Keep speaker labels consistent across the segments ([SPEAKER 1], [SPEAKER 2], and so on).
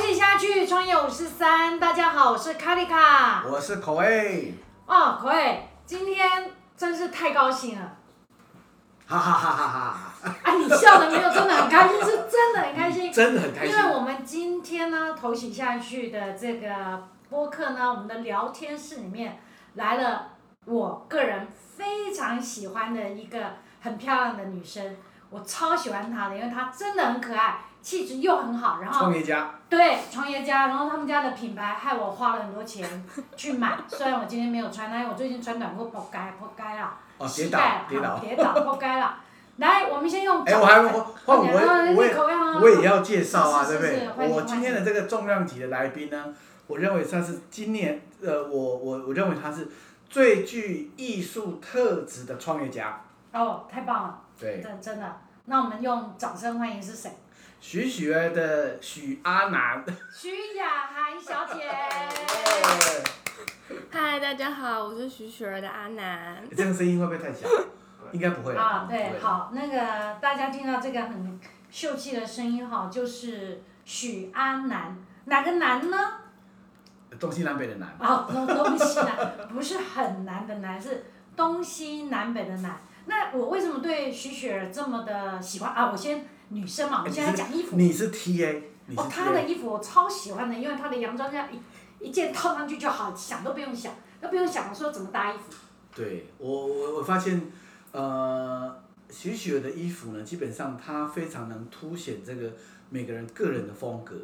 [SPEAKER 1] 起下去创业五十三，大家好，我是卡丽卡。
[SPEAKER 2] 我是口味，
[SPEAKER 1] 哦，葵，今天真是太高兴了
[SPEAKER 2] 哈哈哈哈哈
[SPEAKER 1] 啊！你笑的没有，真的很开心，是真的很开心
[SPEAKER 2] 哈，。 真的很开
[SPEAKER 1] 因
[SPEAKER 2] 心。
[SPEAKER 1] 为我们今天呢，投洗下去的这个播客呢，我们的聊天室里面来了我个人非常喜欢的一个很漂亮的女生，我超喜欢她的，因为她真的很可爱，气质又很好，然后
[SPEAKER 2] 创业家，
[SPEAKER 1] 对，创业家，然后他们家的品牌害我花了很多钱去 买，虽然我今天没有穿，但是我最近穿短裤破街破街了，
[SPEAKER 2] 哦，跌
[SPEAKER 1] 膝
[SPEAKER 2] 倒
[SPEAKER 1] 盖，
[SPEAKER 2] 跌
[SPEAKER 1] 好
[SPEAKER 2] 倒。
[SPEAKER 1] 跌倒破街了。来，我们先用
[SPEAKER 2] 哎，
[SPEAKER 1] 脚啊
[SPEAKER 2] 我还换我也，我也，
[SPEAKER 1] 口味啊吗
[SPEAKER 2] 我也要介绍啊，
[SPEAKER 1] 是
[SPEAKER 2] 对
[SPEAKER 1] 是
[SPEAKER 2] 不
[SPEAKER 1] 是欢
[SPEAKER 2] 对？
[SPEAKER 1] 迎
[SPEAKER 2] 我
[SPEAKER 1] 欢
[SPEAKER 2] 今天
[SPEAKER 1] 迎
[SPEAKER 2] 的这个重量级的来宾呢，我认为他是今年，呃，我我我认为他是最具艺术特质的创业家。
[SPEAKER 1] 哦，太棒了，
[SPEAKER 2] 对，
[SPEAKER 1] 真真的。那我们用掌声欢迎是谁？
[SPEAKER 2] 许许儿的许阿南。
[SPEAKER 1] 徐雅涵小姐。
[SPEAKER 3] 嗨，大家好，我是徐雪儿的阿南。
[SPEAKER 2] 这个声音会不会 太小？应该不 会
[SPEAKER 1] 啊，
[SPEAKER 2] 不
[SPEAKER 1] 对，
[SPEAKER 2] 会
[SPEAKER 1] 好，那个大家听到这个很秀气的声音哈，就是许安南，哪个南呢？
[SPEAKER 2] 东西南北的南。
[SPEAKER 1] 哦，东东西南不是很难的难，是东西南北的南。那我为什么对徐雪儿这么的喜欢啊？我先女生嘛，我们现在讲衣服。
[SPEAKER 2] 你是 TA，你是
[SPEAKER 1] 哦，她的
[SPEAKER 2] TA，
[SPEAKER 1] 衣服我超喜欢的，因为她的洋装这样一一件套上去就好，想都不用想，都不用想说怎么搭衣服。
[SPEAKER 2] 对我我我发现，呃，许许的衣服呢，基本上它非常能凸显这个每个人个人的风格，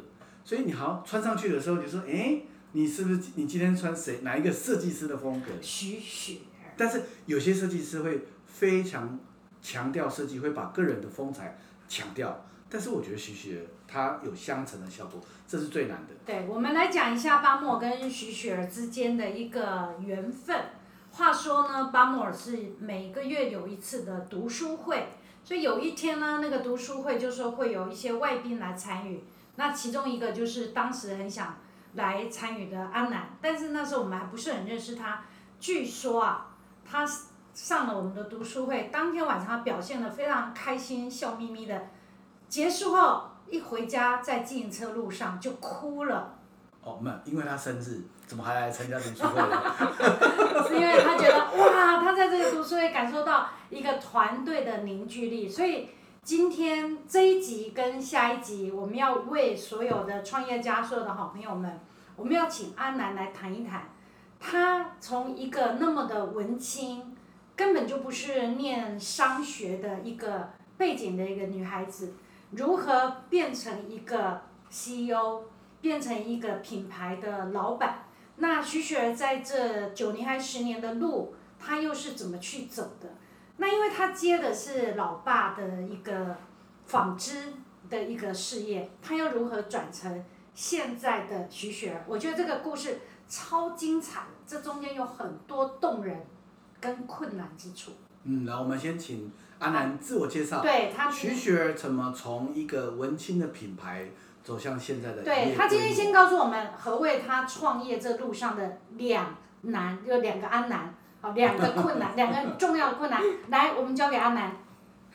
[SPEAKER 2] 所以你好像穿上去的时候，你就说，诶，你是不是你今天穿谁哪一个设计师的风格？
[SPEAKER 1] 徐雪儿，
[SPEAKER 2] 但是有些设计师会非常强调设计，会把个人的风采强调，但是我觉得许许它有相乘的效果，这是最难的。
[SPEAKER 1] 对，我们来讲一下巴莫尔跟徐雪儿之间的一个缘分。话说呢，巴莫尔是每个月有一次的读书会，所以有一天呢，那个读书会就说会有一些外宾来参与。那其中一个就是当时很想来参与的阿南，但是那时候我们还不是很认识他。据说啊，他上了我们的读书会，当天晚上他表现得非常开心，笑眯眯的。结束后一回家，在自行车路上就哭了。
[SPEAKER 2] 哦，没有，因为他生日，怎么还来参加读书会？
[SPEAKER 1] 是因为他觉得哇，他在这里读书也感受到一个团队的凝聚力，所以今天这一集跟下一集，我们要为所有的创业家、所有的好朋友们，我们要请阿南来谈一谈，他从一个那么的文青，根本就不是念商学的一个背景的一个女孩子，如何变成一个 CEO，变成一个品牌的老板。那徐雪儿在这九年还是十年的路，她又是怎么去走的？那因为她接的是老爸的一个纺织的一个事业，她又如何转成现在的徐雪儿？我觉得这个故事超精彩，这中间有很多动人跟困难之处。
[SPEAKER 2] 嗯，然后我们先请阿南自我介绍。
[SPEAKER 1] 对她，
[SPEAKER 2] 啊徐雪儿怎么从一个文青的品牌走向现在的？
[SPEAKER 1] 对她今天先。告诉我们何谓她创业这路上的两难，就两个安难。哦，两 个困难，两个很重要的困难，来，我们交给阿南。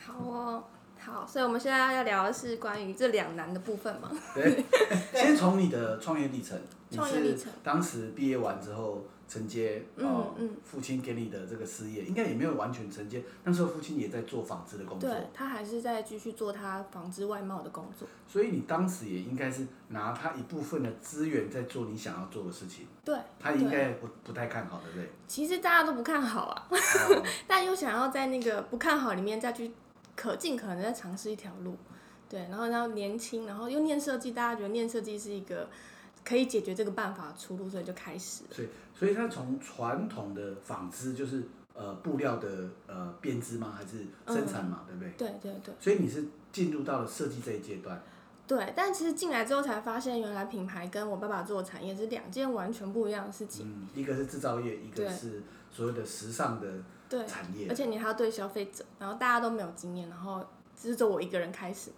[SPEAKER 3] 好哦，好，所以我们现在要聊的是关于这两难的部分嘛。
[SPEAKER 2] 对，先从你的创业历程。你
[SPEAKER 3] 创业历程
[SPEAKER 2] 是当时毕业完之后承接哦
[SPEAKER 3] 嗯，嗯，
[SPEAKER 2] 父亲给你的这个事业，应该也没有完全承接。那时候父亲也在做纺织的工作，
[SPEAKER 3] 对他还是在继续做他纺织外贸的工作。
[SPEAKER 2] 所以你当时也应该是拿他一部分的资源在做你想要做的事情。
[SPEAKER 3] 对，
[SPEAKER 2] 他应该不不太看好，对 不对？
[SPEAKER 3] 其实大家都不看好啊，
[SPEAKER 2] 哦
[SPEAKER 3] 但又想要在那个不看好里面再去可尽可能地再尝试一条路。对，然后然后年轻，然后又念设计，大家觉得念设计是一个可以解决这个办法的出路，所以就开始了。
[SPEAKER 2] 所以，所以它从传统的纺织就是呃布料的呃编织吗？还是生
[SPEAKER 3] 嗯
[SPEAKER 2] 产嘛？对不对？
[SPEAKER 3] 对对对。
[SPEAKER 2] 所以你是进入到了设计这一阶段，
[SPEAKER 3] 对，但其实进来之后才发现，原来品牌跟我爸爸做的产业是两件完全不一样的事情。
[SPEAKER 2] 嗯，一个是制造业，一个
[SPEAKER 3] 对
[SPEAKER 2] 是所谓的时尚的
[SPEAKER 3] 对，
[SPEAKER 2] 产业
[SPEAKER 3] 而，且你还要对消费者，然后大家都没有经验，然后只是从我一个人开始。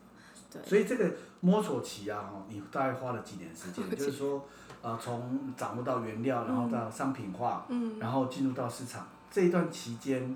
[SPEAKER 3] 对
[SPEAKER 2] 所以这个摸索期啊，哈，你大概花了几年时间？就是说，呃，从掌握到原料，然后到商品化，嗯，然后进入到市场这一段期间，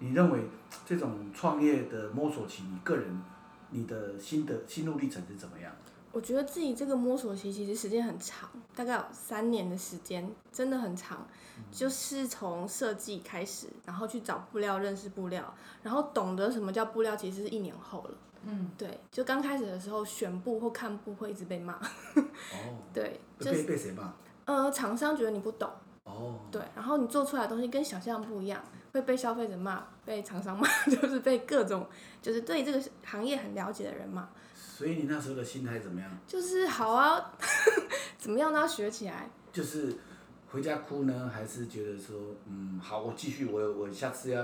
[SPEAKER 2] 你认为这种创业的摸索期，你个人你的心得心路历程是怎么样？
[SPEAKER 3] 我觉得自己这个摸索期其实时间很长，大概有三年的时间，真的很长。
[SPEAKER 2] 嗯
[SPEAKER 3] 就是从设计开始，然后去找布料，认识布料，然后懂得什么叫布料，其实是一年后了。
[SPEAKER 1] 嗯，
[SPEAKER 3] 对，就刚开始的时候选布或看布会一直被骂，
[SPEAKER 2] 哦，
[SPEAKER 3] 对，就
[SPEAKER 2] 被
[SPEAKER 3] 是
[SPEAKER 2] 被谁骂？
[SPEAKER 3] 呃厂商觉得你不懂，
[SPEAKER 2] 哦，
[SPEAKER 3] 对，然后你做出来的东西跟想象不一样，会被消费者骂，被厂商骂， 就是被各种就是对这个行业很了解的人骂。
[SPEAKER 2] 所以你那时候的心态怎么样？
[SPEAKER 3] 就是好啊， 怎么样都要学起来。
[SPEAKER 2] 就是回家哭呢，还是觉得说，嗯，好，我继续，我我下次要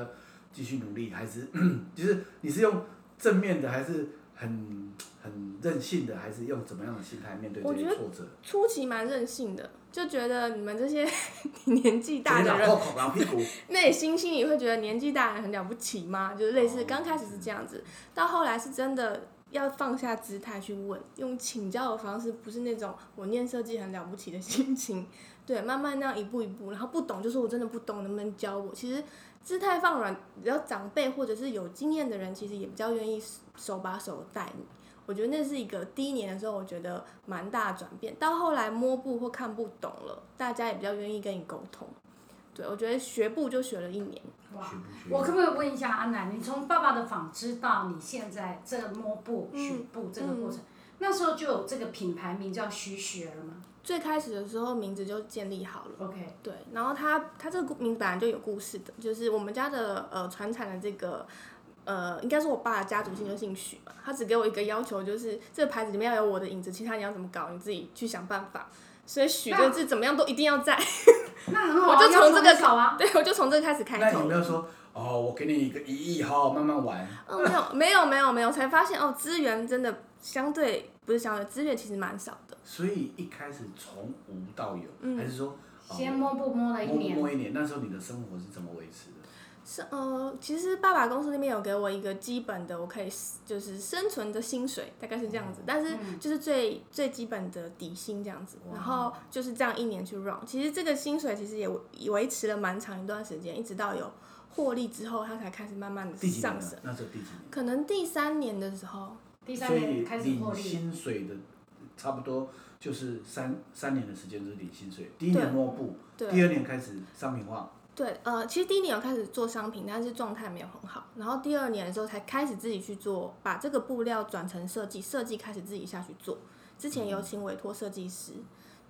[SPEAKER 2] 继续努力，还是 就是你是用正面的，还是很很任性的，还是用怎么样的心态面对这
[SPEAKER 3] 我觉
[SPEAKER 2] 些
[SPEAKER 3] 得
[SPEAKER 2] 挫折？
[SPEAKER 3] 初期蛮任性的，就觉得你们这些 年纪大
[SPEAKER 2] 觉
[SPEAKER 3] 的
[SPEAKER 2] 得
[SPEAKER 3] 人，
[SPEAKER 2] 老后老屁股，
[SPEAKER 3] 内心心里会觉得年纪大的人很了不起吗？就是类似
[SPEAKER 2] 哦
[SPEAKER 3] 刚开始是这样子，到后来是真的要放下姿态去问，用请教的方式，不是那种我念设计很了不起的心情。对，慢慢那样一步一步，然后不懂就说我真的不懂，能不能教我？其实姿态放软，只要长辈或者是有经验的人，其实也比较愿意手把手带你。我觉得那是一个第一年的时候，我觉得蛮大的转变。到后来摸不或看不懂了，大家也比较愿意跟你沟通。对，我觉得学步就学了一年，
[SPEAKER 1] 哇
[SPEAKER 2] 学！不学？
[SPEAKER 1] 我可不可以问一下安南，你从爸爸的纺织到你现在这个摸布、
[SPEAKER 3] 嗯
[SPEAKER 1] 许布这个过程，那时候就有这个品牌名叫徐雪儿吗
[SPEAKER 3] 最开始的时候名字就建立好了。
[SPEAKER 1] ？OK，
[SPEAKER 3] 对，然后它它这个故名字本来就有故事的，就是我们家的呃传产的这个。呃，应该说我爸的家族姓就姓许嘛，他只给我一个要求，就是这个牌子里面要有我的影子，其他你要怎么搞，你自己去想办法。所以许这个字怎么样都一定要在，
[SPEAKER 1] 那很好啊，
[SPEAKER 3] 我就从这个
[SPEAKER 1] 考啊。
[SPEAKER 3] 对我就从这个开始开
[SPEAKER 2] 那你
[SPEAKER 3] 头
[SPEAKER 2] 有没。有说，哦，我给你一个一亿，好好慢慢玩？
[SPEAKER 3] 哦，没有没有没有没有，才发现哦，资源真的相对不是相对，资源其实蛮少的。
[SPEAKER 2] 所以一开始从无到有，
[SPEAKER 3] 嗯
[SPEAKER 2] 还是说，哦
[SPEAKER 1] 先摸布摸了一
[SPEAKER 2] 摸
[SPEAKER 1] 年，
[SPEAKER 2] 摸一年，那时候你的生活是怎么维持的？
[SPEAKER 3] 是呃，其实爸爸公司那边有给我一个基本的，我可以 s- 就是生存的薪水，大概是这样
[SPEAKER 2] 哦
[SPEAKER 3] 子，但是
[SPEAKER 2] 嗯
[SPEAKER 3] 就是最、最基本的底薪这样子，然后就是这样一年去 run。其实这个薪水其实也维维持了蛮长一段时间，一直到有获利之后，它才开始慢慢的
[SPEAKER 2] 第几年
[SPEAKER 3] 上
[SPEAKER 2] 了
[SPEAKER 3] 升。？
[SPEAKER 2] 那时候第几年？
[SPEAKER 3] 可能第三年的时候，
[SPEAKER 1] 第三
[SPEAKER 2] 所以
[SPEAKER 1] 年开始获
[SPEAKER 2] 领
[SPEAKER 1] 利，
[SPEAKER 2] 薪水的差不多就是三三年的时间就是领薪水，第一年摸布，
[SPEAKER 3] 对
[SPEAKER 2] 第二年开始商品化，
[SPEAKER 3] 对，呃，其实第一年有开始做商品，但是状态没有很好。然后第二年的时候才开始自己去做，把这个布料转成设计，设计开始自己下去做。之前
[SPEAKER 2] 嗯
[SPEAKER 3] 有请委托设计师，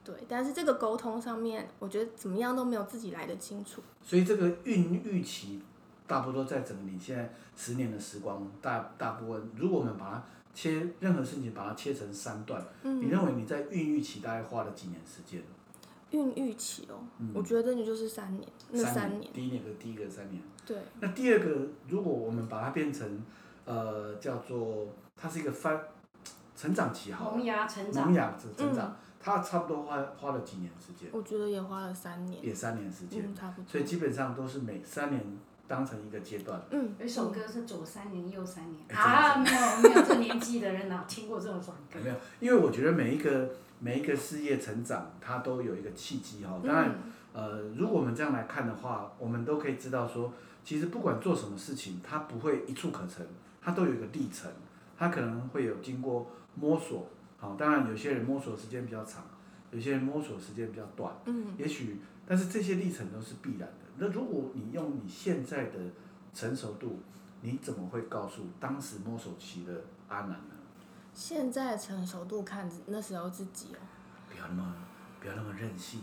[SPEAKER 3] 对，但是这个沟通上面，我觉得怎么样都没有自己来的清楚。
[SPEAKER 2] 所以这个孕育期差不多在整个你现在十年的时光，大大部分如果我们把它切任何事情把它切成三段，
[SPEAKER 1] 嗯
[SPEAKER 2] 你认为你在孕育期大概花了几年时间？
[SPEAKER 3] 孕育期哦，我觉得你就是三年，那三年，
[SPEAKER 2] 第嗯一年和第一个三年。
[SPEAKER 3] 对，
[SPEAKER 2] 那第二个，如果我们把它变成呃叫做它是一个翻成长期好了。
[SPEAKER 1] 萌芽成长嗯
[SPEAKER 2] 萌。芽成成长，他差不多花花了几年时间，
[SPEAKER 3] 我觉得也花了三年，
[SPEAKER 2] 也三年时间，
[SPEAKER 3] 嗯，差不多。
[SPEAKER 2] 所以基本上都是每三年当成一个阶段。
[SPEAKER 3] 嗯，
[SPEAKER 1] 有一首歌是左三年右三年
[SPEAKER 2] 哎
[SPEAKER 1] 啊，没有没有，这年纪的人哪听过这种爽歌
[SPEAKER 2] 有？没有？因为我觉得每一个每一个事业成长，它都有一个契机哈。当然，呃，如果我们这样来看的话，我们都可以知道说，其实不管做什么事情，它不会一触可成，它都有一个历程，它可能会有经过摸索。好，当然有些人摸索时间比较长，有些人摸索时间比较短。
[SPEAKER 3] 嗯，
[SPEAKER 2] 也许，但是这些历程都是必然的。那如果你用你现在的成熟度，你怎么会告诉当时摸索期的阿南呢？
[SPEAKER 3] 现在成熟度看那时候自己哦，
[SPEAKER 2] 不要那么不要那么任性，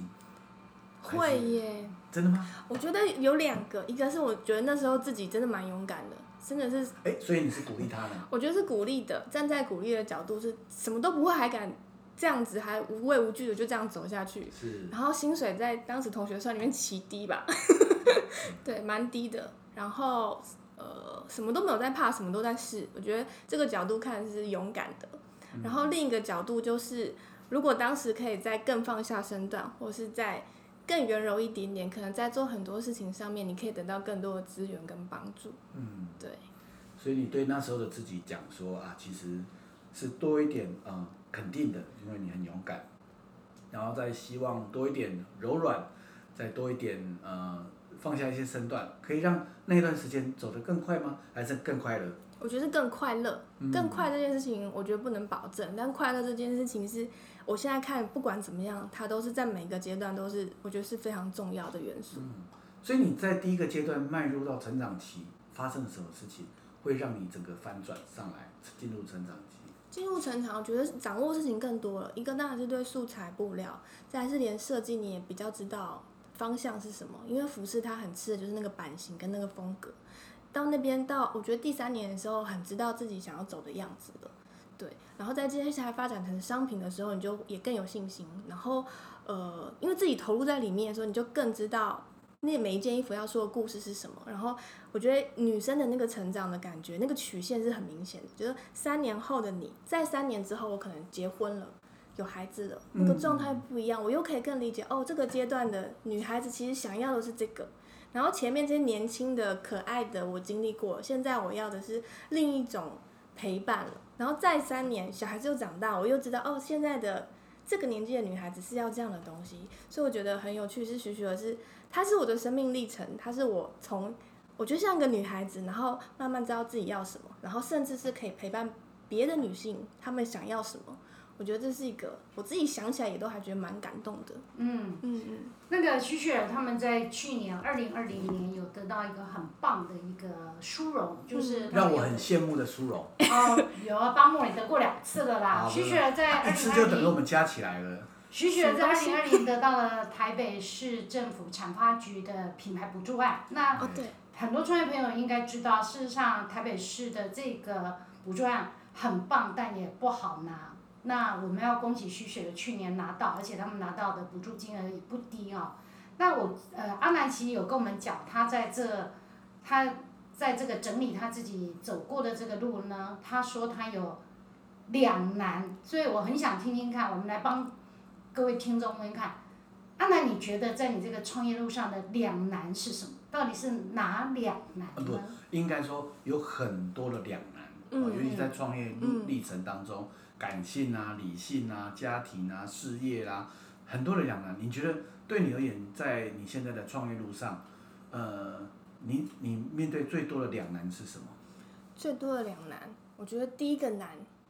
[SPEAKER 2] 还是
[SPEAKER 3] 会耶。
[SPEAKER 2] 真的吗？
[SPEAKER 3] 我觉得有两个，一个是我觉得那时候自己真的蛮勇敢的，真的是
[SPEAKER 2] 哎、所以你是鼓励他的，
[SPEAKER 3] 我觉得是鼓励的，站在鼓励的角度是什么都不会还敢这样子，还无畏无惧的就这样走下去。
[SPEAKER 2] 是
[SPEAKER 3] 然后薪水在当时同学算里面奇低吧， 对，蛮低的。然后呃，什么都没有在怕，什么都在试。我觉得这个角度看是勇敢的。
[SPEAKER 2] 嗯
[SPEAKER 3] 然后另一个角度就是，如果当时可以再更放下身段，或是再更圆柔一点点，可能在做很多事情上面，你可以得到更多的资源跟帮助。
[SPEAKER 2] 嗯，
[SPEAKER 3] 对，
[SPEAKER 2] 所以你对那时候的自己讲说啊，其实是多一点嗯肯定的，因为你很勇敢，然后再希望多一点柔软，再多一点呃放下一些身段，可以让那段时间走得更快吗？还是更快乐？
[SPEAKER 3] 我觉得是更快乐，更快这件事情，我觉得不能保证，但快乐这件事情是我现在看，不管怎么样，它都是在每个阶段都是，我觉得是非常重要的元素。
[SPEAKER 2] 所以你在第一个阶段迈入到成长期，发生了什么事情会让你整个翻转上来，进入成长期？
[SPEAKER 3] 进入成长，我觉得掌握事情更多了。一个当然是对素材布料，再来是连设计你也比较知道方向是什么，因为服饰它很吃的就是那个版型跟那个风格。到那边到，我觉得第三年的时候，很知道自己想要走的样子了。对，然后在接下来发展成商品的时候，你就也更有信心。然后，呃，因为自己投入在里面的时候，你就更知道那每一件衣服要说的故事是什么。然后，我觉得女生的那个成长的感觉，那个曲线是很明显的，就是三年后的你，在三年之后，我可能结婚了。有孩子了，那个状态不一样，我又可以更理解哦。这个阶段的女孩子其实想要的是这个，然后前面这些年轻的、可爱的，我经历过，现在我要的是另一种陪伴了。然后再三年，小孩子又长大，我又知道哦，现在的这个年纪的女孩子是要这样的东西，所以我觉得很有趣。是徐徐的是，她是我的生命历程，她是我从我觉得像一个女孩子，然后慢慢知道自己要什么，然后甚至是可以陪伴别的女性，她们想要什么。我觉得这是一个我自己想起来也都还觉得蛮感动的。
[SPEAKER 1] 嗯，
[SPEAKER 3] 嗯嗯，
[SPEAKER 1] 那个徐雪儿他们在去年二零二零年有得到一个很棒的一个殊荣，就是他
[SPEAKER 2] 嗯让
[SPEAKER 1] 们有
[SPEAKER 2] 我很羡慕的殊荣，
[SPEAKER 1] 哦，有啊，巴莫也得过两次了啦
[SPEAKER 2] 好。
[SPEAKER 1] 徐雪儿在二
[SPEAKER 2] 啊一次
[SPEAKER 1] 零
[SPEAKER 2] 就
[SPEAKER 1] 二
[SPEAKER 2] 等于我
[SPEAKER 1] 零，
[SPEAKER 2] 们加起来了。
[SPEAKER 1] 徐雪儿在二
[SPEAKER 3] 什
[SPEAKER 1] 零二零得到了台北市政府产发局的品牌补助案。那
[SPEAKER 3] 哦对，
[SPEAKER 1] 很多创业朋友应该知道，事实上台北市的这个补助案很棒，但也不好拿。那我们要恭喜徐雪的去年拿到，而且他们拿到的补助金额也不低哦。那我呃，阿南其实有跟我们讲，他在这他在这个整理他自己走过的这个路呢，他说他有两难，所以我很想听听看，我们来帮各位听众问看，阿南，你觉得在你这个创业路上的两难是什么？到底是哪两难
[SPEAKER 2] 啊
[SPEAKER 1] 呢？
[SPEAKER 2] 应该说有很多的两难，
[SPEAKER 3] 嗯
[SPEAKER 2] 哦尤其在创业路
[SPEAKER 3] 嗯
[SPEAKER 2] 历程当中，感性啊、理性啊、家庭啊、事业啊，很多的两难。你觉得对你而言，在你现在的创业路上，呃，你你面对最多的两难是什么？
[SPEAKER 3] 最多的两难，我觉得第一个难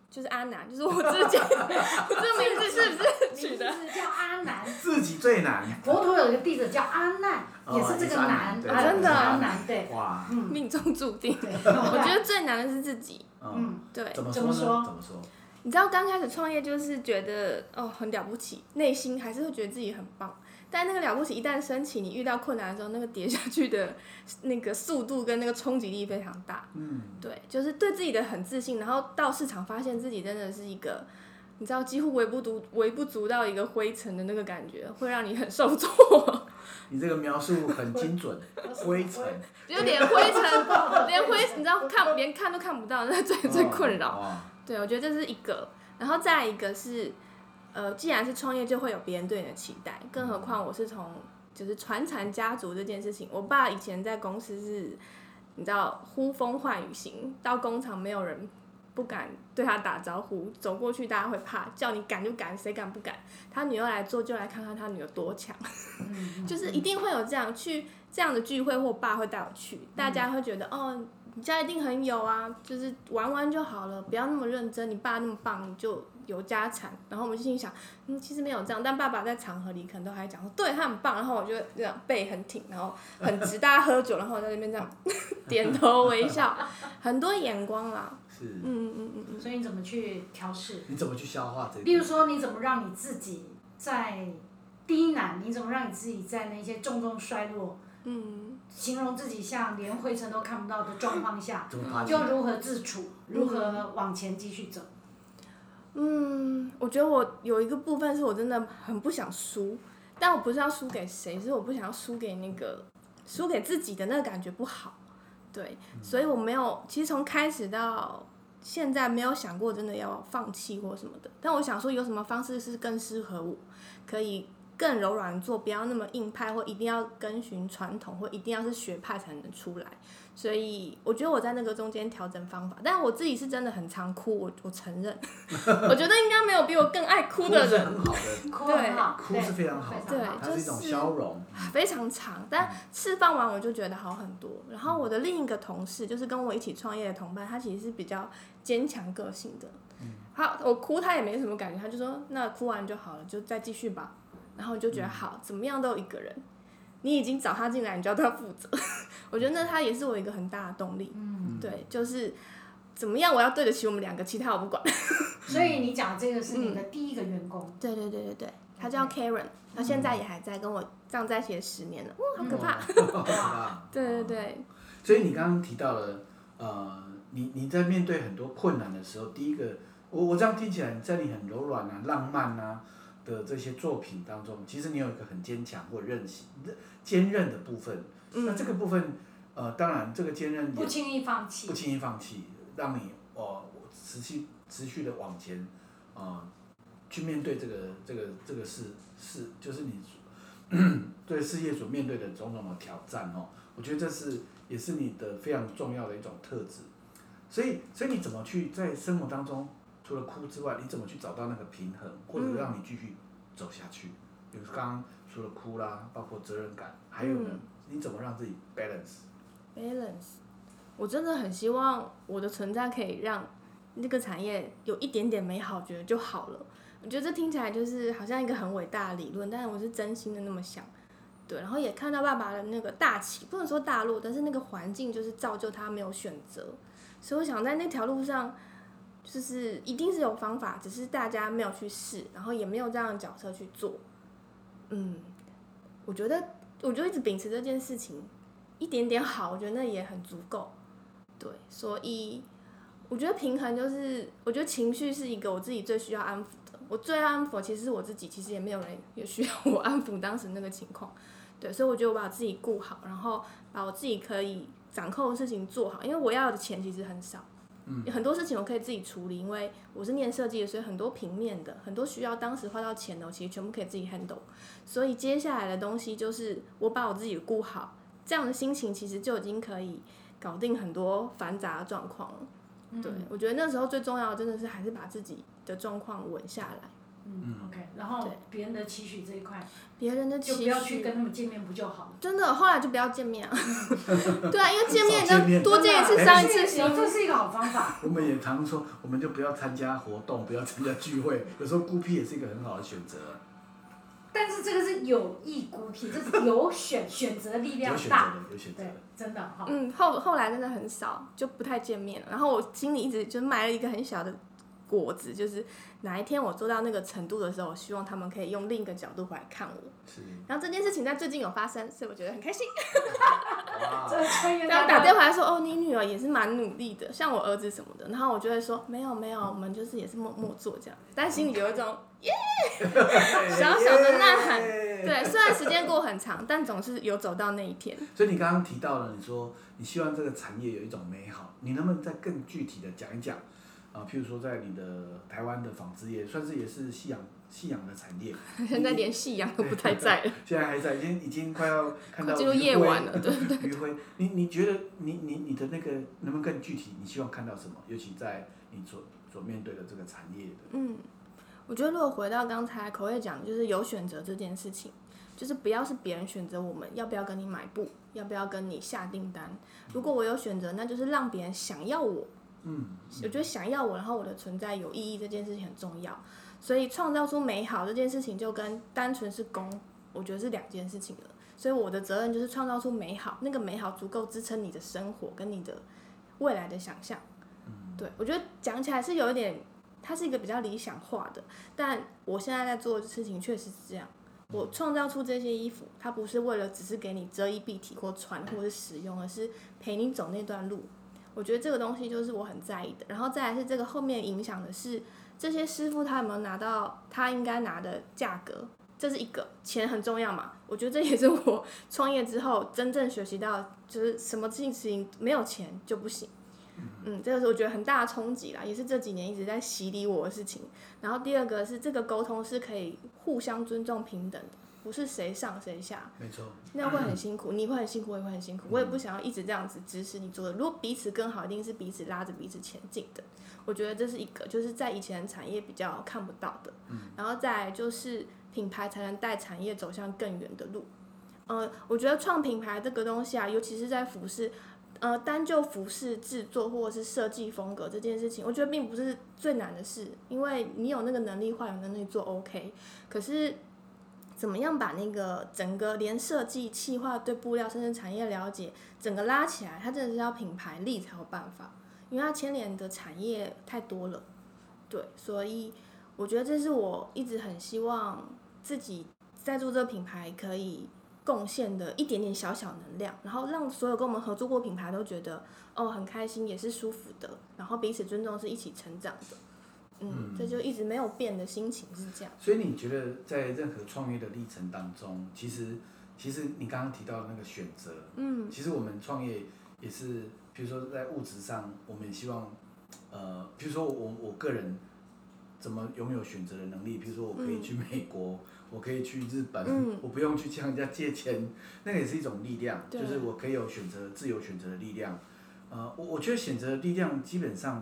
[SPEAKER 3] 就是阿南，就是我自己， 我这名字是不是取
[SPEAKER 1] 名
[SPEAKER 3] 的？
[SPEAKER 1] 字叫阿南，
[SPEAKER 2] 自己最难，
[SPEAKER 1] 佛陀有一个弟子叫阿难，
[SPEAKER 2] 哦
[SPEAKER 1] 也是这个
[SPEAKER 2] 也是
[SPEAKER 1] 难，
[SPEAKER 2] 阿
[SPEAKER 1] 啊
[SPEAKER 2] 难对
[SPEAKER 3] 真的
[SPEAKER 1] 阿难， 对，
[SPEAKER 2] 哇，
[SPEAKER 1] 嗯，
[SPEAKER 3] 命中注定。
[SPEAKER 1] 对，
[SPEAKER 3] 我觉得最难的是自己。
[SPEAKER 2] 嗯，
[SPEAKER 1] 嗯，
[SPEAKER 3] 对，
[SPEAKER 2] 怎么
[SPEAKER 1] 怎
[SPEAKER 2] 说呢？
[SPEAKER 1] 么说
[SPEAKER 2] 怎么说？
[SPEAKER 3] 你知道刚开始创业就是觉得哦很了不起，内心还是会觉得自己很棒。但那个了不起一旦升起，你遇到困难的时候，那个跌下去的那个速度跟那个冲击力非常大。
[SPEAKER 2] 嗯，
[SPEAKER 3] 对，就是对自己的很自信，然后到市场发现自己真的是一个，你知道几乎微不足微不足到一个灰尘的那个感觉，会让你很受挫，
[SPEAKER 2] 你这个描述很精准，灰尘，
[SPEAKER 3] 就连灰 尘，连灰，你知道看连看都看不到，那最 最困扰。
[SPEAKER 2] 哦。
[SPEAKER 3] 对，我觉得这是一个，然后再一个是，呃，既然是创业，就会有别人对你的期待，更何况我是从就是传产家族这件事情，我爸以前在公司是，你知道呼风唤雨型，到工厂没有人不敢对他打招呼，走过去大家会怕，叫你敢就敢，谁敢不敢？他女儿来做，就来看看他女儿多强。
[SPEAKER 1] 嗯
[SPEAKER 3] 就是一定会有这样去这样的聚会，或我爸会带我去，大家会觉得、哦，你家一定很有啊，就是玩玩就好了，不要那么认真。你爸那么棒，你就有家产。然后我们就心里想，嗯，其实没有这样，但爸爸在场合里可能都还讲说，对他很棒。然后我就这样背很挺，然后很直，大家喝酒，然后我在那边这样 点头微笑，很多眼光啦。
[SPEAKER 2] 哦是，
[SPEAKER 3] 嗯嗯嗯嗯，
[SPEAKER 1] 所以你怎么去调试？
[SPEAKER 2] 你怎么去消化这
[SPEAKER 1] 例如
[SPEAKER 2] 个？
[SPEAKER 1] 说，你怎么让你自己在低难，你怎么让你自己在那些重重衰落，
[SPEAKER 3] 嗯，
[SPEAKER 1] 形容自己像连灰尘都看不到的状况下，
[SPEAKER 2] 怎么爬起
[SPEAKER 1] 就
[SPEAKER 2] 来？
[SPEAKER 1] 如何自处，如何往前继续走？
[SPEAKER 3] 嗯，我觉得我有一个部分是我真的很不想输，但我不是要输给谁，是我不想要输给那个输给自己的那个感觉不好。对，所以我没有，其实从开始到现在没有想过真的要放弃或什么的。但我想说，有什么方式是更适合我，可以更柔软做，不要那么硬派，或一定要跟循传统，或一定要是学派才能出来。所以我觉得我在那个中间调整方法，但我自己是真的很常哭，我我承认， 我觉得应该没有比我更爱哭的
[SPEAKER 2] 是
[SPEAKER 3] 人，
[SPEAKER 2] 很好
[SPEAKER 3] 嗯
[SPEAKER 2] 的，
[SPEAKER 1] 哭很好，
[SPEAKER 2] 哭是非常好
[SPEAKER 1] 对
[SPEAKER 2] 的啊
[SPEAKER 1] 非常，
[SPEAKER 2] 它是一种消融。
[SPEAKER 3] 非常长，但释放完我就觉得好很多。然后我的另一个同事，就是跟我一起创业的同伴，他其实是比较坚强个性的。他我哭他也没什么感觉，他就说那哭完就好了，就再继续吧。然后我就觉得好，怎么样都有一个人，你已经找他进来，你就要对他负责。 我觉得那他也是我一个很大的动力。
[SPEAKER 1] 嗯，
[SPEAKER 3] 对，就是怎么样我要对得起我们两个，其他我不管。
[SPEAKER 1] 所以你讲这个是你的
[SPEAKER 2] 嗯
[SPEAKER 1] 第一个员工，
[SPEAKER 3] 对对对对对，他叫 Karen，他现在也还在跟我这样在一起也十年了，哇、
[SPEAKER 2] 嗯哦
[SPEAKER 3] 好可 怕。
[SPEAKER 2] 哇
[SPEAKER 3] 对对对。
[SPEAKER 2] 所以你刚刚提到了，呃，你你在面对很多困难的时候，第一个，我我这样听起来，在你很柔软啊、浪漫啊的这些作品当中，其实你有一个很坚强或韧性、坚韧的部分。
[SPEAKER 3] 嗯
[SPEAKER 2] 那这个部分，呃，当然这个坚韧也
[SPEAKER 1] 不轻易放弃
[SPEAKER 2] 不。轻易放弃，让你哦持续持续的往前啊、呃去面对这个这个这个事事，就是你 对事业所面对的种种的挑战哦，我觉得这是也是你的非常重要的一种特质。所以，所以你怎么去在生活当中，除了哭之外，你怎么去找到那个平衡，或者让你继续走下去？比如刚刚除了哭啦，包括责任感，还有呢，
[SPEAKER 3] 嗯
[SPEAKER 2] 你怎么让自己 balance？
[SPEAKER 3] balance。我真的很希望我的存在可以让这个产业有一点点美好，觉得就好了。我觉得这听起来就是好像一个很伟大的理论，但是我是真心的那么想。对，然后也看到爸爸的那个大起，不能说大落，但是那个环境就是造就他没有选择，所以我想在那条路上，就是一定是有方法，只是大家没有去试，然后也没有这样的角色去做。嗯，我觉得我就一直秉持这件事情，一点点好，我觉得那也很足够。对，所以我觉得平衡就是，我觉得情绪是一个我自己最需要安抚的。我最安抚其实是我自己，其实也没有人也需要我安抚当时那个情况。对，所以我觉得我把自己顾好，然后把我自己可以掌控的事情做好，因为我要的钱其实很少。嗯，很多事情我可以自己处理，因为我是念设计的，所以很多平面的，很多需要当时花到钱的，我其实全部可以自己 handle。所以接下来的东西就是我把我自己顾好，这样的心情其实就已经可以搞定很多繁杂的状况了。
[SPEAKER 1] 嗯
[SPEAKER 3] 对，我觉得那时候最重要的真的是还是把自己的状况稳下来，
[SPEAKER 1] 嗯，OK。然后
[SPEAKER 3] 对
[SPEAKER 1] 别人的期许这一块，
[SPEAKER 3] 别人的
[SPEAKER 1] 就不
[SPEAKER 3] 期
[SPEAKER 1] 要去
[SPEAKER 3] 许
[SPEAKER 1] 跟他们见面，不就好了？
[SPEAKER 3] 真的后来就不要见面 啊。对啊，因为见面
[SPEAKER 2] 少见
[SPEAKER 3] 你
[SPEAKER 2] 面
[SPEAKER 3] 就多见一次
[SPEAKER 1] 真的啊
[SPEAKER 3] 伤一次
[SPEAKER 1] 这
[SPEAKER 3] 心
[SPEAKER 1] 是。这是一个好方法。
[SPEAKER 2] 我们也常说，我们就不要参加活动，不要参加聚会。有时候孤僻也是一个很好的选择，
[SPEAKER 1] 但是这个是有意孤僻，这是有选选择力量
[SPEAKER 2] 有选择
[SPEAKER 1] 大，
[SPEAKER 2] 的，有选择
[SPEAKER 1] 对
[SPEAKER 2] 的。，
[SPEAKER 1] 真的哈。
[SPEAKER 3] 嗯，后后来真的很少，就不太见面了。然后我心里一直就埋了一个很小的果子，就是哪一天我做到那个程度的时候，我希望他们可以用另一个角度回来看我。
[SPEAKER 2] 是。
[SPEAKER 3] 然后这件事情在最近有发生，所以我觉得很开心。
[SPEAKER 2] 哇
[SPEAKER 1] 这，个穿越
[SPEAKER 3] 然
[SPEAKER 1] 到
[SPEAKER 3] 后打电话说：“哦，你女儿也是蛮努力的，像我儿子什么的。”然后我就会说：“没有没有，我们就是也是默默做这样。”但心里有一 种小小的呐喊
[SPEAKER 2] 耶。
[SPEAKER 3] 对，虽然时间过很长，但总是有走到那一天。
[SPEAKER 2] 所以你刚刚提到了，你说你希望这个产业有一种美好，你能不能再更具体的讲一讲？啊，譬如说在你的台湾的纺织业，算是也是夕阳夕阳的产 业，
[SPEAKER 3] 现在连夕阳都不太在了，
[SPEAKER 2] 现在还在，已经已经快要看到
[SPEAKER 3] 进入
[SPEAKER 2] 余晖
[SPEAKER 3] 夜晚了。对，
[SPEAKER 2] 余晖，你你觉得你你你的那个能不能更具体？你希望看到什么？尤其在你所所面对的这个产业的，
[SPEAKER 3] 嗯，我觉得如果回到刚才口味讲，就是有选择这件事情，就是不要是别人选择我们要不要跟你买布，要不要跟你下订单。如果我有选择，那就是让别人想要我，
[SPEAKER 2] 嗯，
[SPEAKER 3] 我觉得想要我，然后我的存在有意义这件事情很重要，所以创造出美好这件事情就跟单纯是功，我觉得是两件事情了。所以我的责任就是创造出美好，那个美好足够支撑你的生活跟你的未来的想象。对我觉得讲起来是有一点，它是一个比较理想化的，但我现在在做的事情确实是这样。我创造出这些衣服，它不是为了只是给你遮衣蔽体或穿或是使用，而是陪你走那段路。我觉得这个东西就是我很在意的。然后再来是这个后面影响的是这些师傅他有没有拿到他应该拿的价格，这是一个钱很重要嘛。我觉得这也是我创业之后真正学习到，就是什么事情没有钱就不行。嗯，这个是我觉得很大的冲击啦，也是这几年一直在洗礼我的事情。然后第二个是这个沟通是可以互相尊重平等的，不是谁上谁下，
[SPEAKER 2] 没错，
[SPEAKER 3] 那样会很辛苦，你会很辛苦，我也会很辛苦，我也不想要一直这样子指使你做的。如果彼此更好，一定是彼此拉着彼此前进的。我觉得这是一个，就是在以前产业比较看不到的，然后再来就是品牌才能带产业走向更远的路。呃，我觉得创品牌这个东西啊，尤其是在服饰，呃，单就服饰制作或者是设计风格这件事情，我觉得并不是最难的事，因为你有那个能力，话有能力做 OK，可是怎么样把那个整个连设计、企划、对布料，甚至产业了解，整个拉起来，它真的是要品牌力才有办法，因为它牵连的产业太多了。对，所以我觉得这是我一直很希望自己在做这个品牌可以贡献的一点点小小能量，然后让所有跟我们合作过品牌都觉得哦很开心，也是舒服的，然后彼此尊重，是一起成长的。嗯，这就一直没有变的心情是这样。
[SPEAKER 2] 所以你觉得在任何创业的历程当中，其实其实你刚刚提到的那个选择，嗯，其实我们创业也是，比如说在物质上，我们也希望，呃，比如说我我个人怎么拥有选择的能力，比如说我可以去美国，我可以去日本，
[SPEAKER 3] 嗯
[SPEAKER 2] 我不用去向人家借钱，那个也是一种力量，
[SPEAKER 3] 对
[SPEAKER 2] 就是我可以有选择自由选择的力量。呃，我我觉得选择的力量基本上，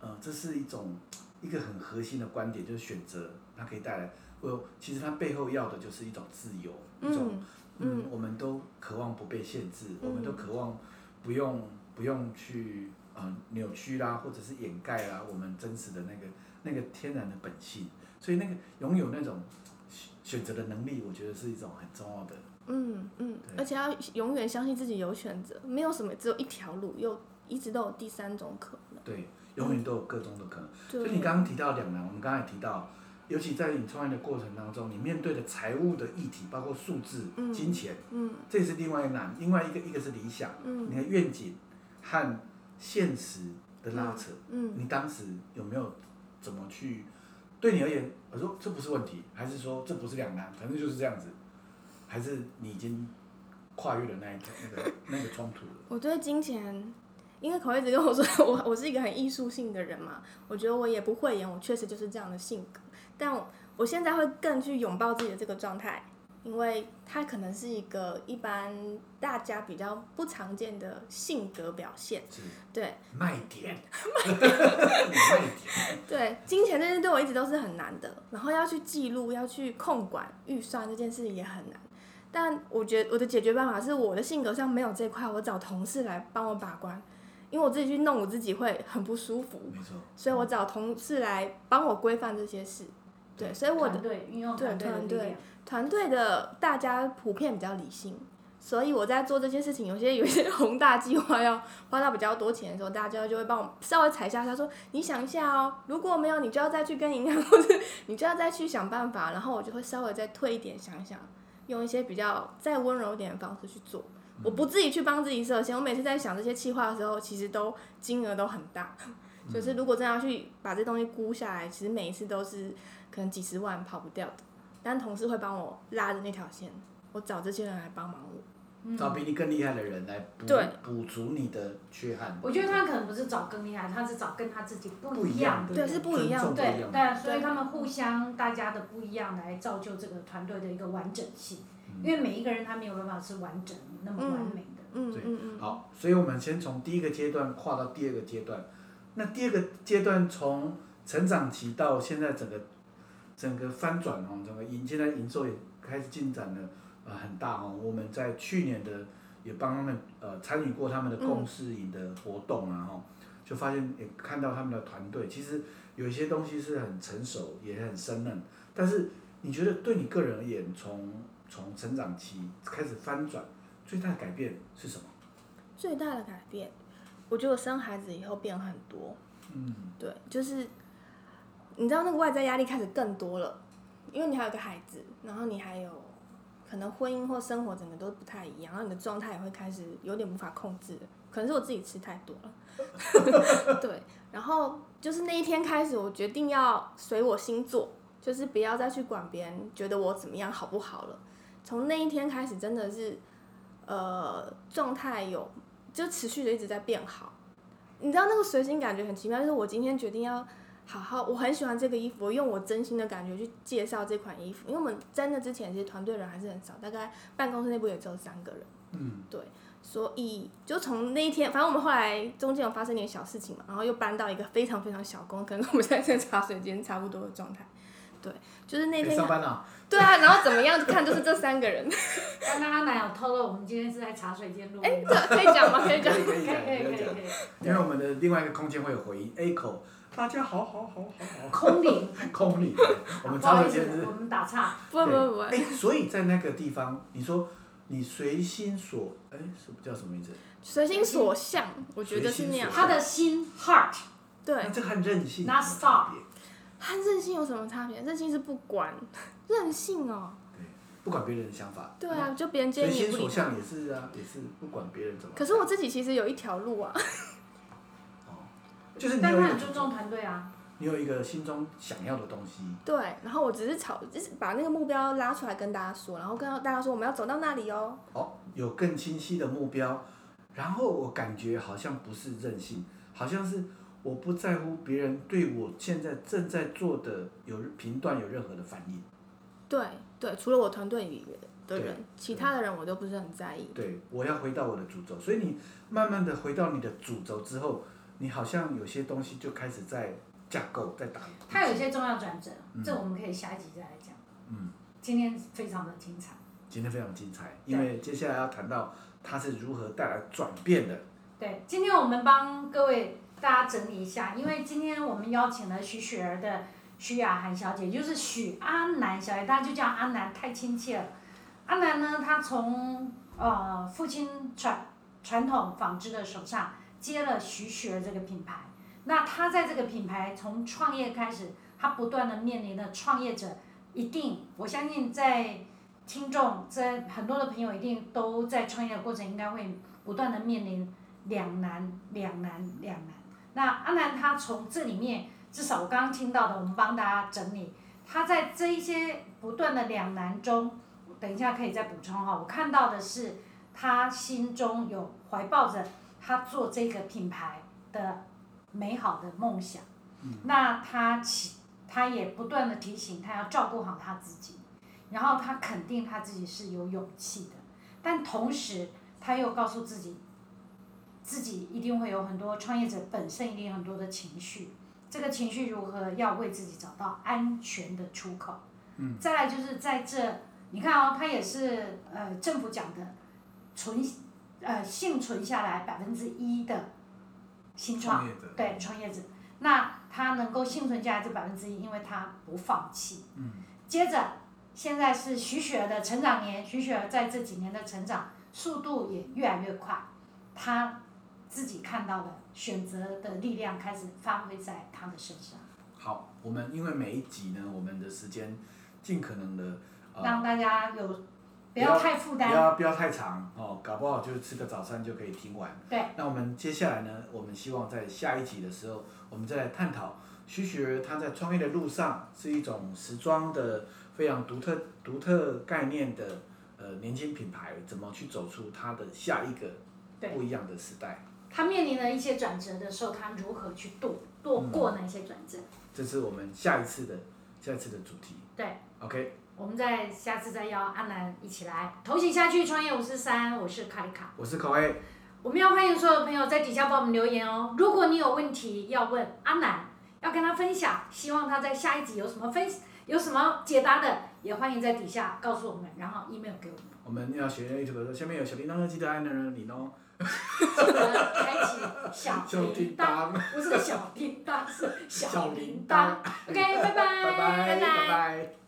[SPEAKER 2] 呃，这是一种一个很核心的观点，就是选择它可以带来，我其实它背后要的就是一种自由，一种
[SPEAKER 3] 嗯
[SPEAKER 2] 嗯，我们都渴望不被限制，我们都渴望不用不用去呃扭曲啦，或者是掩盖啦我们真实的那个那个天然的本性，所以那个拥有那种选选择的能力，我觉得是一种很重要的。
[SPEAKER 3] 嗯嗯，
[SPEAKER 2] 对
[SPEAKER 3] 而且要永远相信自己有选择，没有什么只有一条路，又一直都有第三种可能。
[SPEAKER 2] 对，永远都有各种的可能。所
[SPEAKER 3] 对，
[SPEAKER 2] 以你刚刚提到两难，我们刚才提到，尤其在你创业的过程当中，你面对的财务的议题，包括数字、
[SPEAKER 3] 嗯
[SPEAKER 2] 金钱，
[SPEAKER 3] 嗯
[SPEAKER 2] 这也是另外一难。另外一个一个是理想，你
[SPEAKER 3] 嗯
[SPEAKER 2] 的愿景和现实的拉扯，
[SPEAKER 3] 嗯
[SPEAKER 2] 你当时有没有怎么去？对你而言，我说这不是问题，还是说这不是两难，反正就是这样子，还是你已经跨越了那一条那个那个冲突了？
[SPEAKER 3] 我对金钱，因为口一直跟我说 我我是一个很艺术性的人嘛，我觉得我也不会演，我确实就是这样的性格。但我我现在会更去拥抱自己的这个状态，因为它可能是一个一般大家比较不常见的性格表现。
[SPEAKER 2] 是
[SPEAKER 3] 对，
[SPEAKER 2] 卖 点，卖点，
[SPEAKER 3] 对，金钱这件事对我一直都是很难的，然后要去记录、要去控管预算这件事也很难。但我觉我的解决办法是，我的性格上没有这块，我找同事来帮我把关，因为我自己去弄我自己会很不舒服，
[SPEAKER 2] 没错。
[SPEAKER 3] 所以我找同事来帮我规范这些事。对，所以我的
[SPEAKER 1] 团队运用
[SPEAKER 3] 对
[SPEAKER 1] 团队的
[SPEAKER 3] 团
[SPEAKER 1] 力
[SPEAKER 3] 队
[SPEAKER 1] 量。
[SPEAKER 3] 团队的大家普遍比较理性，所以我在做这些事情，有些有一些宏大计划要花到比较多钱的时候，大家就会帮我稍微踩一下，他说你想一下哦，如果没有，你就要再去跟银行，或 者你就要再去想办法，然后我就会稍微再退一点，想一想，用一些比较再温柔一点的方式去做。我不自己去帮自己设限，我每次在想这些计划的时候，其实都金额都很大， 就是如果真的要去把这东西估下来，其实每一次都是可能几十万跑不掉的。但同事会帮我拉着那条线，我找这些人来帮忙我。
[SPEAKER 1] 嗯
[SPEAKER 2] 找比你更厉害的人来补
[SPEAKER 3] 对
[SPEAKER 2] 补足你的缺憾。
[SPEAKER 1] 我觉得他可能不是找更厉害，他是找跟他自己
[SPEAKER 2] 不
[SPEAKER 1] 不
[SPEAKER 2] 一
[SPEAKER 1] 一
[SPEAKER 2] 样
[SPEAKER 1] 样
[SPEAKER 2] 的，
[SPEAKER 1] 的。
[SPEAKER 3] 对是不一样
[SPEAKER 2] 尊重不一
[SPEAKER 1] 对，
[SPEAKER 2] 样的。
[SPEAKER 1] 但所以他们互相大家的不一样来造就这个团队的一个完整性，因为每一个人他没有办法是完整那么完美的。
[SPEAKER 3] 嗯
[SPEAKER 2] 对
[SPEAKER 3] 嗯嗯，
[SPEAKER 2] 好，所以我们先从第一个阶段跨到第二个阶段。那第二个阶段从成长期到现在整个整个翻转哦，整个营现在营收也开始进展了呃很大哦。我们在去年的也帮他们呃参与过他们的共事营的活动啊哦，就发现也看到他们的团队其实有一些东西是很成熟也很生嫩，但是你觉得对你个人而言，从从成长期开始翻转最大的改变是什么？
[SPEAKER 3] 最大的改变，我觉得我生孩子以后变很多。
[SPEAKER 2] 嗯，
[SPEAKER 3] 对，就是你知道那个外在压力开始更多了，因为你还有个孩子，然后你还有可能婚姻或生活整个都不太一样，然后你的状态也会开始有点无法控制，可能是我自己吃太多了。 对，然后就是那一天开始，我决定要随我心做，就是不要再去管别人觉得我怎么样好不好了。从那一天开始，真的是，呃，状态有就持续的一直在变好。你知道那个随心感觉很奇妙，就是我今天决定要好好，我很喜欢这个衣服，我用我真心的感觉去介绍这款衣服，因为我们在那之前其实团队人还是很少，大概办公室内部也只有三个人，
[SPEAKER 2] 嗯，
[SPEAKER 3] 所以就从那一天，反正我们后来中间有发生点小事情嘛，然后又搬到一个非常非常小工，跟我们现在这个茶水间差不多的状态。对，就是那
[SPEAKER 2] 哎
[SPEAKER 3] 天
[SPEAKER 2] 上班了，
[SPEAKER 3] 对啊，然后怎么样看就是这三个人，
[SPEAKER 1] 刚刚阿南有透露，我们今天是在茶水间录音。
[SPEAKER 3] 哎
[SPEAKER 2] 哎
[SPEAKER 3] 这可以讲吗？可以讲。
[SPEAKER 1] 可以可以可以可以，
[SPEAKER 2] 因为我们的另外一个空间会有回音，echo，大家好好好好好，
[SPEAKER 1] 空灵。
[SPEAKER 2] 空 里， 我们
[SPEAKER 1] 不好
[SPEAKER 2] 茶
[SPEAKER 1] 意
[SPEAKER 2] 水
[SPEAKER 1] 思
[SPEAKER 2] 间是，
[SPEAKER 1] 我们打岔。
[SPEAKER 3] 不不啊不不，
[SPEAKER 2] 哎，所以在那个地方，你说你随心所，哎，什么叫什么名字？
[SPEAKER 3] 随心所向，我觉得是那样。
[SPEAKER 1] 他的心 heart
[SPEAKER 3] 对
[SPEAKER 2] 那，这和任性有
[SPEAKER 1] Not
[SPEAKER 2] 什么差别？
[SPEAKER 3] 和任性有什么差别？任性是不 管，任性哦。
[SPEAKER 2] 不管别人的想法，
[SPEAKER 3] 对啊，就别人建
[SPEAKER 2] 随
[SPEAKER 3] 议你
[SPEAKER 2] 心
[SPEAKER 3] 不理
[SPEAKER 2] 所
[SPEAKER 3] 他。
[SPEAKER 2] 向也是啊，也是不管别人怎么。
[SPEAKER 3] 可是我自己其实有一条路啊，
[SPEAKER 2] 就是你
[SPEAKER 1] 但
[SPEAKER 2] 有
[SPEAKER 1] 他
[SPEAKER 2] 一
[SPEAKER 1] 很注
[SPEAKER 2] 个，
[SPEAKER 1] 重团队啊，
[SPEAKER 2] 你有一个心中想要的东西，
[SPEAKER 3] 对，然后我只是草，就是把那个目标拉出来跟大家说，然后跟大家说我们要走到那里哦。
[SPEAKER 2] 哦，有更清晰的目标，然后我感觉好像不是任性，好像是我不在乎别人对我现在正在做的有评断有任何的反应，
[SPEAKER 3] 对对，除了我团队里的人
[SPEAKER 2] 对，
[SPEAKER 3] 其他的人我都不是很在意。
[SPEAKER 2] 对我要回到我的主轴，所以你慢慢的回到你的主轴之后，你好像有些东西就开始在架构，在打理自己。
[SPEAKER 1] 他有一些重要转折，
[SPEAKER 2] 嗯
[SPEAKER 1] 这我们可以下一集再来讲。
[SPEAKER 2] 嗯，
[SPEAKER 1] 今天非常的精彩。
[SPEAKER 2] 今天非常精彩，
[SPEAKER 1] 对
[SPEAKER 2] 因为接下来要谈到他是如何带来转变的。
[SPEAKER 1] 对，今天我们帮各位大家整理一下，因为今天我们邀请了徐雪儿的徐雅涵小姐，就是许阿南小姐，大家就叫阿南，太亲切了。阿南呢，他从呃父亲传传统纺织的手上接了徐雪儿这个品牌，那他在这个品牌从创业开始，他不断的面临的创业者一定，我相信在听众在很多的朋友一定都在创业的过程，应该会不断的面临两难，两难，两难。那阿南他从这里面，至少我刚刚听到的，我们帮大家整理，他在这一些不断的两难中，等一下可以再补充哈。我看到的是他心中有怀抱着他做这个品牌的美好的梦想，那他起他也不断的提醒他要照顾好他自己，然后他肯定他自己是有勇气的，但同时他又告诉自己，自己一定会有很多创业者本身一定有很多的情绪，这个情绪如何要为自己找到安全的出口。嗯，再来就是在这，你看哦，他也是呃政府讲的存呃幸存下来百分之一的新创
[SPEAKER 2] 创业者
[SPEAKER 1] 对创业者，那他能够幸存下来这百分之一，因为他不放弃。
[SPEAKER 2] 嗯，
[SPEAKER 1] 接着现在是徐雪儿的成长年，徐雪儿在这几年的成长速度也越来越快，他自己看到的选择的力量开始发挥在他的身上，
[SPEAKER 2] 好，我们因为每一集呢，我们的时间尽可能的呃
[SPEAKER 1] 让大家有不
[SPEAKER 2] 不要
[SPEAKER 1] 要太负
[SPEAKER 2] 不
[SPEAKER 1] 担。
[SPEAKER 2] 要不要太长哦，搞不好就吃个早餐就可以听完。
[SPEAKER 1] 对。
[SPEAKER 2] 那我们接下来呢，我们希望在下一集的时候，我们再来探讨徐雪儿她在创业的路上是一种时装的非常独特独特概念的呃年轻品牌，怎么去走出它的下一个
[SPEAKER 1] 对
[SPEAKER 2] 不一样的时代。
[SPEAKER 1] 他面临了一些转折的时候，他如何去度度过那些转折？
[SPEAKER 2] 这是我们下一次的下一次的主题。
[SPEAKER 1] 对。
[SPEAKER 2] OK，
[SPEAKER 1] 我们再下次再邀阿南一起来同行下去创业五十三，我是卡里卡。
[SPEAKER 2] 我是 k o
[SPEAKER 1] 我们要欢迎所有朋友在底下帮我们留言哦。如果你有问题要问阿南，要跟他分享，希望他在下一集有什么分有什么解答的，也欢迎在底下告诉我们，然后 email 给我们。
[SPEAKER 2] 我们要学 YouTube 说，下面有小铃铛，记得按铃铃哦，
[SPEAKER 1] 记得开启小
[SPEAKER 2] 小叮
[SPEAKER 1] 铃铛，
[SPEAKER 2] 当，
[SPEAKER 1] 不是小叮当，是
[SPEAKER 2] 小
[SPEAKER 1] 小
[SPEAKER 2] 铃
[SPEAKER 1] 铃哎
[SPEAKER 2] 铛
[SPEAKER 1] 铛。OK，拜拜，
[SPEAKER 2] 拜拜拜拜。